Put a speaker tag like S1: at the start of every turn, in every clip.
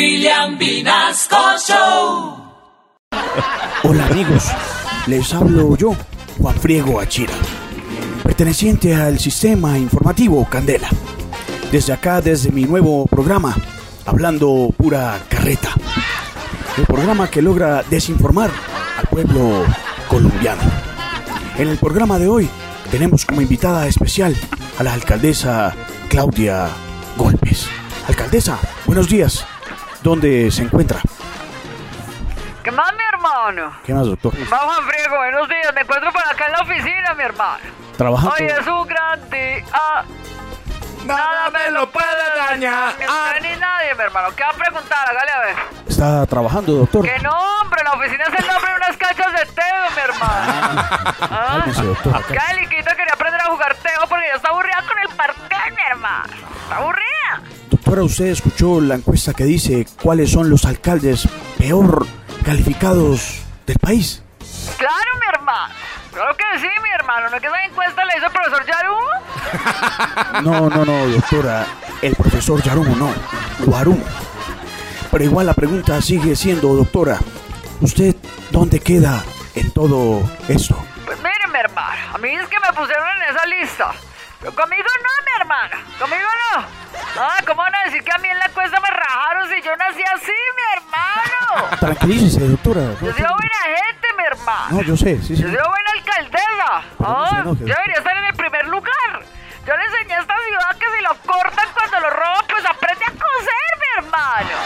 S1: William Vinasco Show.
S2: Hola amigos, les hablo yo, Juan Friego Achira, perteneciente al sistema informativo Candela. Desde acá, desde mi nuevo programa, Hablando Pura Carreta. El programa que logra desinformar al pueblo colombiano. En el programa de hoy tenemos como invitada especial a la alcaldesa Claudia Golpes. Alcaldesa, buenos días. ¿Dónde se encuentra?
S3: ¿Qué más, mi hermano?
S2: ¿Qué más, doctor?
S3: Vamos, Friego, buenos días. Me encuentro por acá en la oficina, mi hermano.
S2: Trabajando.
S3: Hoy es un Ah, gran día. Nada me lo puede dañar. Ni nadie, mi hermano. ¿Qué va a preguntar? Hágale a ver.
S2: Está trabajando, doctor.
S3: ¿Qué nombre? La oficina es el nombre de unas cachas de teo, mi hermano. ¿Ah?
S2: Cálmese, doctor.
S3: Acá el liquito quería aprender a jugar teo porque ya está aburrida con el parquet, mi hermano. Está aburrida.
S2: Doctora, usted escuchó la encuesta que dice cuáles son los alcaldes peor calificados del país.
S3: Claro, mi hermano. Claro que sí, mi hermano. ¿No es que esa encuesta la hizo el profesor Yarumo?
S2: No, no, no, doctora. El profesor Yarumo, no. Guarumo. Pero igual la pregunta sigue siendo, doctora. ¿Usted dónde queda en todo esto?
S3: Pues miren, mi hermano, a mí es que me pusieron en esa lista. Pero conmigo no, mi hermana, conmigo no. Ah, ¿cómo van a decir que a mí en la cuesta me rajaron si yo nací así, mi hermano?
S2: Tranquilícese, doctora.
S3: Yo soy buena gente, mi hermano.
S2: No, yo sé, sí, sí.
S3: Yo soy buena alcaldesa.
S2: no se
S3: Ah,
S2: enoje,
S3: yo debería estar en el primer lugar. Yo le enseñé a esta ciudad que si lo cortan cuando lo roban, pues aprende a coser, mi hermano.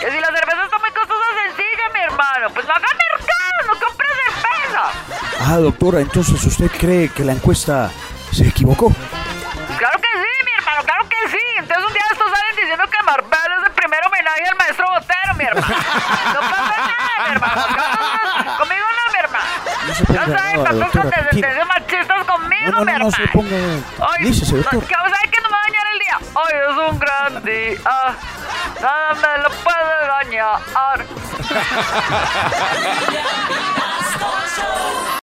S3: Que si la cerveza está muy costosa, sencilla, mi hermano. Pues no haga mercado, no compre cerveza.
S2: Ah, doctora, entonces usted cree que la encuesta se equivocó.
S3: Claro que sí, mi hermano, claro que sí. Entonces un día de estos salen diciendo que Marbella es el primer homenaje al maestro Botero, mi hermano. No pasa nada, mi hermano. No, Conmigo no, mi hermano.
S2: No se ponga
S3: No saben
S2: brava,
S3: tantos
S2: doctora,
S3: descendencias machistas conmigo,
S2: No, no, no,
S3: mi hermano.
S2: no se ponga...
S3: Hoy,
S2: Dícese, doctor.
S3: no, que vos sabés que no me va a dañar el día. Hoy es un gran día. Nada me lo puede dañar.